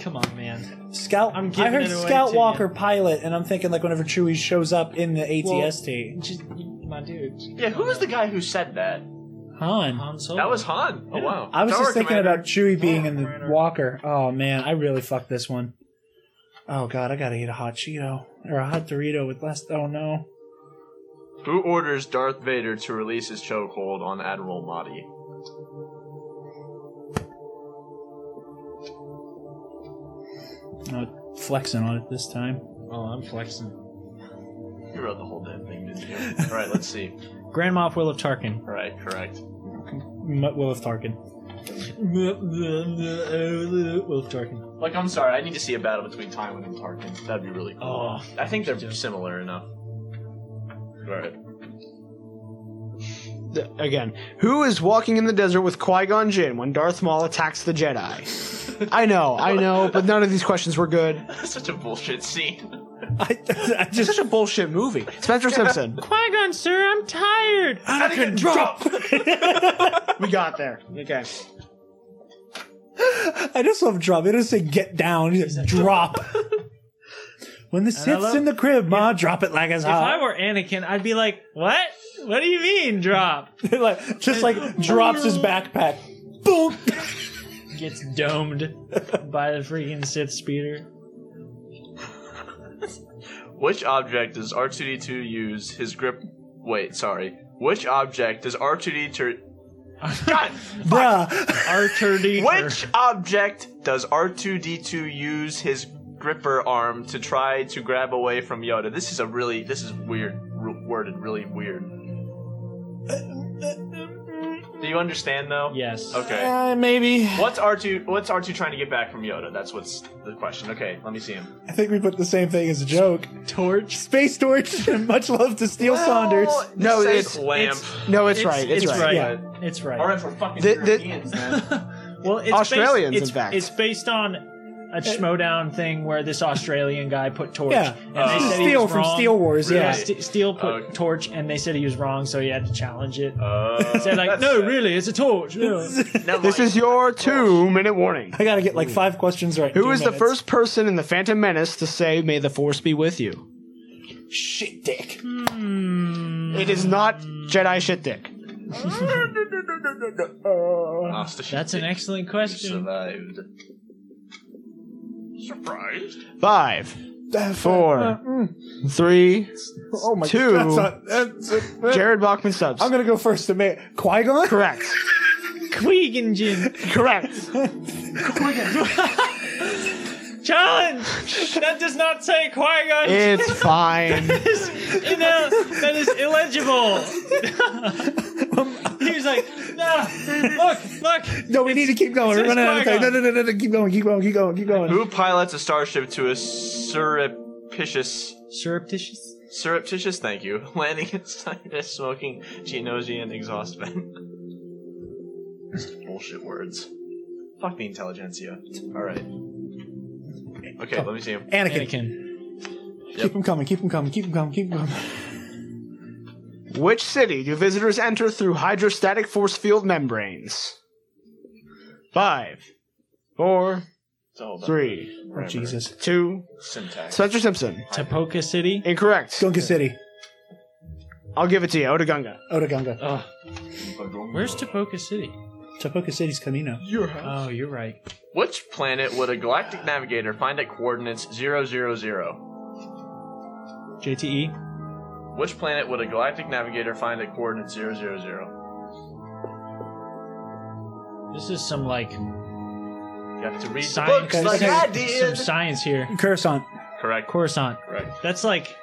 Come on, man.
Scout.
I'm
I
giving
heard
it away
Scout
to ya.
Walker pilot, and I'm thinking like whenever Chewie shows up in the ATST.
Just, my dude.
Yeah, who was the guy who said that?
Han.
Han Solo.
That was Han. Oh wow.
I was
Star
just thinking
Commander.
about Chewie being in the Walker. Oh man, I really fucked this one. Oh god, I gotta eat a hot Cheeto or a hot Dorito with less. Oh no.
Who orders Darth Vader to release his chokehold on Admiral Mahdi?
I'm flexing on it this time.
Oh, I'm flexing.
You wrote the whole damn thing, didn't you? All right, let's see.
Grand Moff Will of Tarkin.
All right, correct.
M- Will of Tarkin.
Will of Tarkin.
Like, I'm sorry, I need to see a battle between Tywin and Tarkin. That'd be really cool.
Oh,
I think they're similar enough. All right.
Th- Again, who is walking in the desert with Qui Gon Jinn when Darth Maul attacks the Jedi? I know, I know, but none of these questions were good.
That's such a bullshit scene.
I, I
It's
just
such a bullshit movie. Spencer Simpson.
Qui Gon, sir, I'm tired.
Anakin drop.
we got there. Okay.
I just love drop. It doesn't say get down. It says drop. when the
I
Sith's
love-
in the crib, ma, drop it like it's
If I
hot.
were Anakin, I'd be like, "What? What do you mean drop?"
like, just like drops his backpack. Boom.
Gets domed by the freaking Sith speeder.
Which object does R2D2 use his grip? Wait, sorry. Which object does R2D2? God,
Bruh.
Archer D.
which object does R2D2 use his gripper arm to try to grab away from Yoda? This is a really, this is weird, r- worded really weird. Do you understand though?
Yes.
Okay.
Uh, maybe.
What's R2? What's R2 trying to get back from Yoda? That's what's the question. Okay, let me see him.
I think we put the same thing as a joke.
Torch.
Space torch and much love to Steel Saunders.
No,
Say
it's-
lamp.
No, it's, right. It's, right.
It's right.
All right, for fucking
The- the-
Europeans, man.
Well, it's
Australians,
Based,
in
it's,
fact.
it's based on a schmodown thing where this Australian guy put torch.
Yeah.
and
Oh.
they said he
Steel
was
from
wrong.
Steel Wars.
Yeah,
Yeah.
Really?
St- Steel put
Okay.
torch, and they said he was wrong, so he had to challenge it.
Uh,
They're like,
that's
"No,
sad.
really, it's a torch." Yeah.
Never
This
mind.
is your two minute warning.
I gotta get like five questions right. in
Who
two
is the
minutes.
first person in The Phantom Menace to say, May the Force be with you?
shit dick?
It is not Jedi shit dick.
Master Chief
That's an
did
excellent question.
survived.
Five, four, three,
Oh my
Two.
That's not, that's, uh,
Jared Bachman Stubbs.
I'm gonna go first to me. Qui Gon.
Correct.
Queegan
Correct.
challenge. That does not say Qui Gon.
It's fine.
you know that is illegible. he was like, "No, look, look."
No, we need to keep going. We're
it's
running out of time. No,
Qui-Gon.
no, no, no, no. Keep going. Keep going. Keep going. Keep going.
Who pilots a starship to a surreptitious,
Surreptitious.
surreptitious? Thank you. Landing in Cyprus, smoking Genosian exhaust vent. Just bullshit words. Fuck the intelligentsia. All right. Okay, let me see him.
Anakin.
Anakin.
Keep him coming. Keep him coming. Keep him coming. Keep him coming.
Which city do visitors enter through hydrostatic force field membranes? Five, four, three, two, four,
It's all about
three,
Oh,
grammar,
Jesus.
two.
Syntax.
Spencer Simpson.
Topoka City.
Incorrect.
Gunga City.
I'll give it to you. Otagunga.
Otagunga.
Ugh. Where's Topoka City?
Topoka City's Camino.
Oh, you're right.
Which planet would a galactic navigator find at coordinates 000?
JTE.
Which planet would a galactic navigator find at coordinates 000?
This is some like
You have to read the
science.
books like
okay.
I
Some
did.
science here.
Coruscant.
Correct.
Coruscant.
Correct.
That's like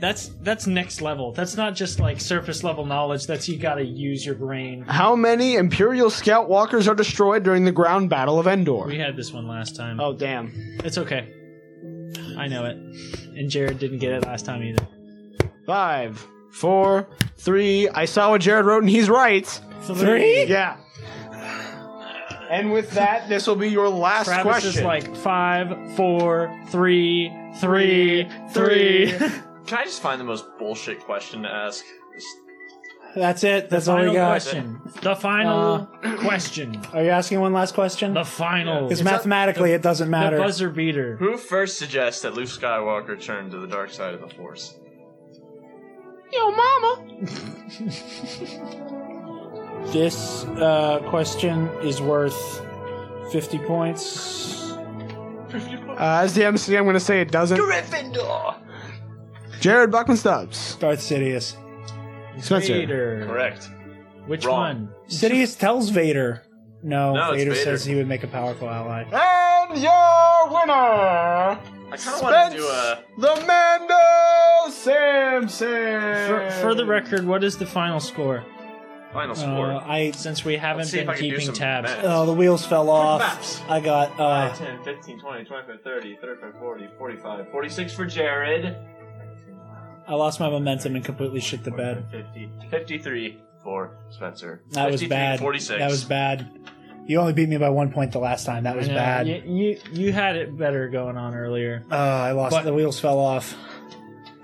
that's that's next level. That's not just like surface level knowledge. That's you gotta use your brain.
How many Imperial Scout Walkers are destroyed during the ground battle of
We
Endor?
had this one last time.
Oh, damn.
It's okay. I know it. And Jared didn't get it last time either.
Five, four, three. I saw what Jared wrote, and he's right.
Three?
Yeah. And with that, this will be your last
Travis
question.
is like five, four, three, three, three.
Can I just find the most bullshit question to ask? Just-
That's it. That's all
final
we got. Uh,
question. The final question.
Are you asking one last question?
The final.
Because mathematically, it doesn't
the
matter.
buzzer beater.
Who first suggests that Luke Skywalker turned to the dark side of the Force?
This uh, question is worth 50 points.
Uh, as the MC, I'm going to say it doesn't.
Gryffindor.
Jared Buckman Stubbs.
Darth Sidious.
Spencer.
Vader.
Correct.
Which
Wrong.
one?
Sidious tells Vader. No,
No, it's
Vader,
Vader.
says he would make a powerful ally.
And your winner,
I kind of want to do a.
the Mando Simpson.
For, for the record, what is the final score?
Final
Uh,
score.
I
Since we haven't
Let's see if
been
I can do
keeping
some
tabs.
math.
oh the wheels fell off.
maps.
I got uh
5, 10, 15, 20, 25, 30, 35, 40, 45, 46 for Jared.
I lost my momentum and completely shit the bed.
50, 53 for Spencer.
That was
53,
bad.
46.
That was bad. You only beat me by one point the last time. That was
I know,
bad.
You, uh, you you had it better going on earlier,
Uh, I lost.
But-
the wheels fell off.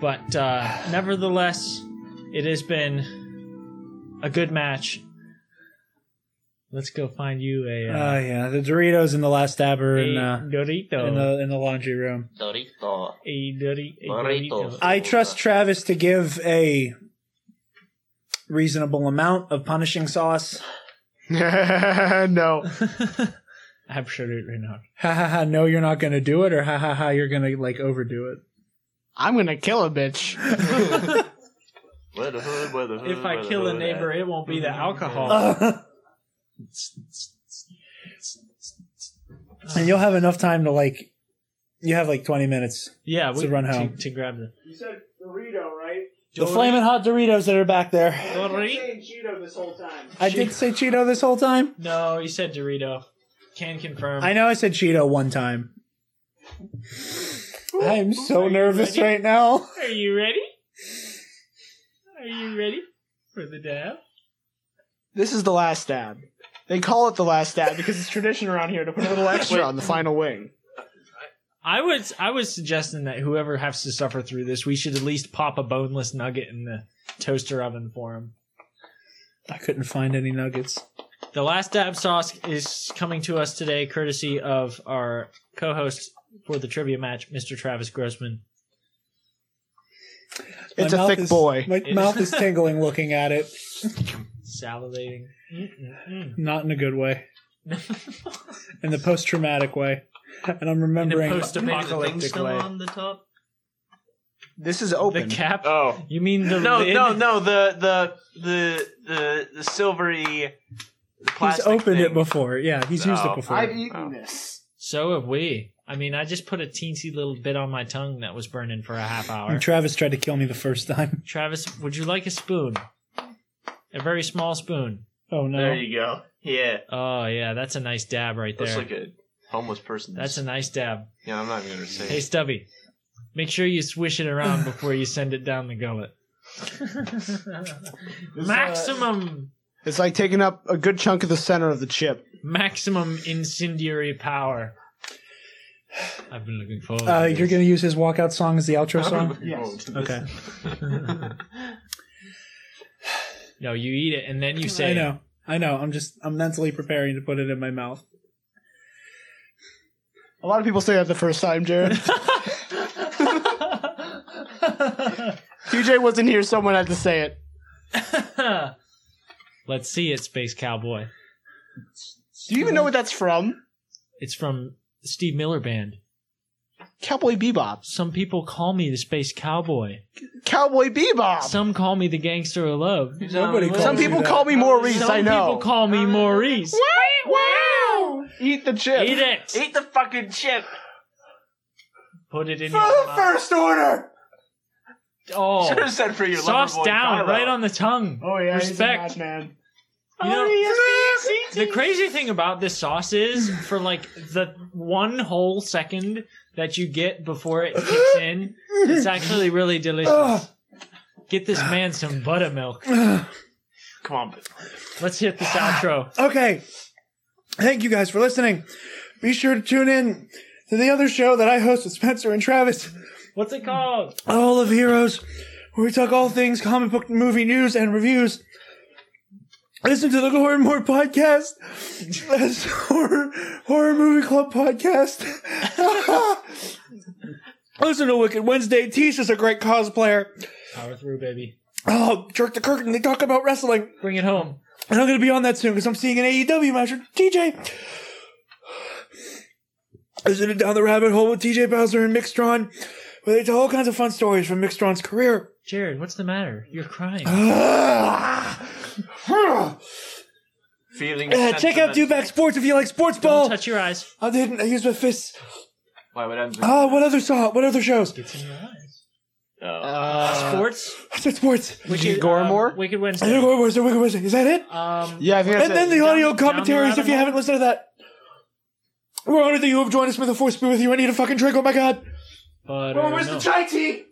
but uh, nevertheless, it has been a good match. Let's go find you a
Oh
uh,
yeah, the Doritos and the last dabber
a
in, uh,
Dorito.
in the in the laundry room.
Dorito.
a Dori- a
Dorito.
Dorito.
I trust Travis to give a reasonable amount of punishing sauce.
no.
Absolutely not.
Ha ha ha! No, you're not gonna do it, or ha ha ha! You're gonna like overdo it.
I'm gonna kill a bitch.
Where the hood, where the hood,
If I
where the
kill a
hood
neighbor,
at?
it won't be the alcohol.
and you'll have enough time to like. You have like 20 minutes.
Yeah,
It's
we
a run
to-
home.
to grab the
You said Dorito, right?
The flaming hot Doritos that are back there.
Dorito.
Cheeto this whole time.
I did say Cheeto this whole time.
No, you said Dorito. Can confirm.
I know I said Cheeto one time. I am so nervous right now.
Are you ready? Are you ready for the dab?
This is the last dab. They call it the last dab because it's tradition around here to put a little extra on the final wing.
I was I was suggesting that whoever has to suffer through this, we should at least pop a boneless nugget in the toaster oven for him.
I couldn't find any nuggets.
The last dab sauce is coming to us today, courtesy of our co-host for the trivia match, Mr. Travis Grossman.
My
It's a
mouth
thick
is-
boy.
My mouth is tingling looking at it.
Salivating. Mm-mm-mm.
Not in a good way. in the post traumatic way. And I'm remembering.
Post-apocalyptic way.
This is
The
open.
cap.
Oh.
You mean the
No,
lid?
no, no, the, the, the, the, the silvery
He's
plastic
opened
thing. Oh.
it before. Yeah, he's used it
No.
before.
I've eaten this.
So have we. I mean, I just put a teensy little bit on my tongue that was burning for a half hour.
And Travis tried to kill me the first time.
Travis, would you like a spoon? A very small spoon.
Oh no.
There you go. Yeah.
Oh yeah, that's a nice dab right
Looks
there.
like a homeless person.
that's a nice dab.
Yeah, I'm not even going to say
Hey
it.
Stubby, make sure you swish it around before you send it down the gullet.
uh,
maximum,
It's like taking up a good chunk of the center of the chip.
maximum incendiary power. I've been looking forward.
Uh,
to
you're
this.
going to use his walkout song as the outro song?
Yes.
Okay.
no, you eat it and then you say.
I know. I know. I'm just, I'm mentally preparing to put it in my mouth.
A lot of people say that the first time, Jared. TJ wasn't here, someone had to say it.
Let's see it, Space Cowboy.
Do you even know what that's from?
It's from Steve Miller Band.
Cowboy Bebop.
Some people call me the Space Cowboy.
Cowboy Bebop.
Some call me the Gangster of Love.
Nobody calls
Some
you
people
that.
call me Maurice,
Some
I know.
people call me Maurice.
wow! Eat the chip.
Eat it.
Eat the fucking chip.
Put it in
For
your
the
mouth.
first order!
Should have
Oh,
said for your
sauce
loverboy
down
Kylo.
right on the tongue.
Oh yeah,
respect.
he's a madman.
You
Oh,
know, the crazy thing about this sauce is for like the one whole second that you get before it kicks in, it's actually really delicious. Get this man some buttermilk.
Come on,
Let's hit this outro.
Okay. Thank you guys for listening. Be sure to tune in to the other show that I host with Spencer and Travis,
What's it called?
All of Heroes, where we talk all things comic book movie news and reviews. Listen to the Horror More podcast. That's horror, horror Movie Club podcast. Listen to Wicked Wednesday. Tisha's a great cosplayer.
Power through, baby.
Oh, Jerk the Curtain. They talk about wrestling.
Bring it home.
And I'm going to be on that soon because I'm seeing an AEW match with TJ. Isn't it down the rabbit hole with TJ Bowser and Mixtron? Where they tell all kinds of fun stories from Mixtron's career.
Jared, what's the matter? You're crying.
Ah.
Feeling.
Uh, check out
sentiment.
Dewback Sports if you like sports
Oh.
Don't
ball.
touch your eyes.
I didn't. I used my fists.
Why would Enzo?
Ah, what other saw? What other shows?
It's in your eyes.
Oh.
uh,
Sports.
I said sports.
Uh,
Wicked
Gormore?
Um, Wicked
I didn't
Wednesday.
go over. Is there Wicked Wednesday? Is that it?
Um,
Yeah, I think that's
uh, And then
it.
the audio
Down- down the
commentaries if you
rabbit
haven't listened to that. We're honored that you have joined us. May the force be with you. I need a fucking drink. Oh my god.
but
Well, where's the chai tea?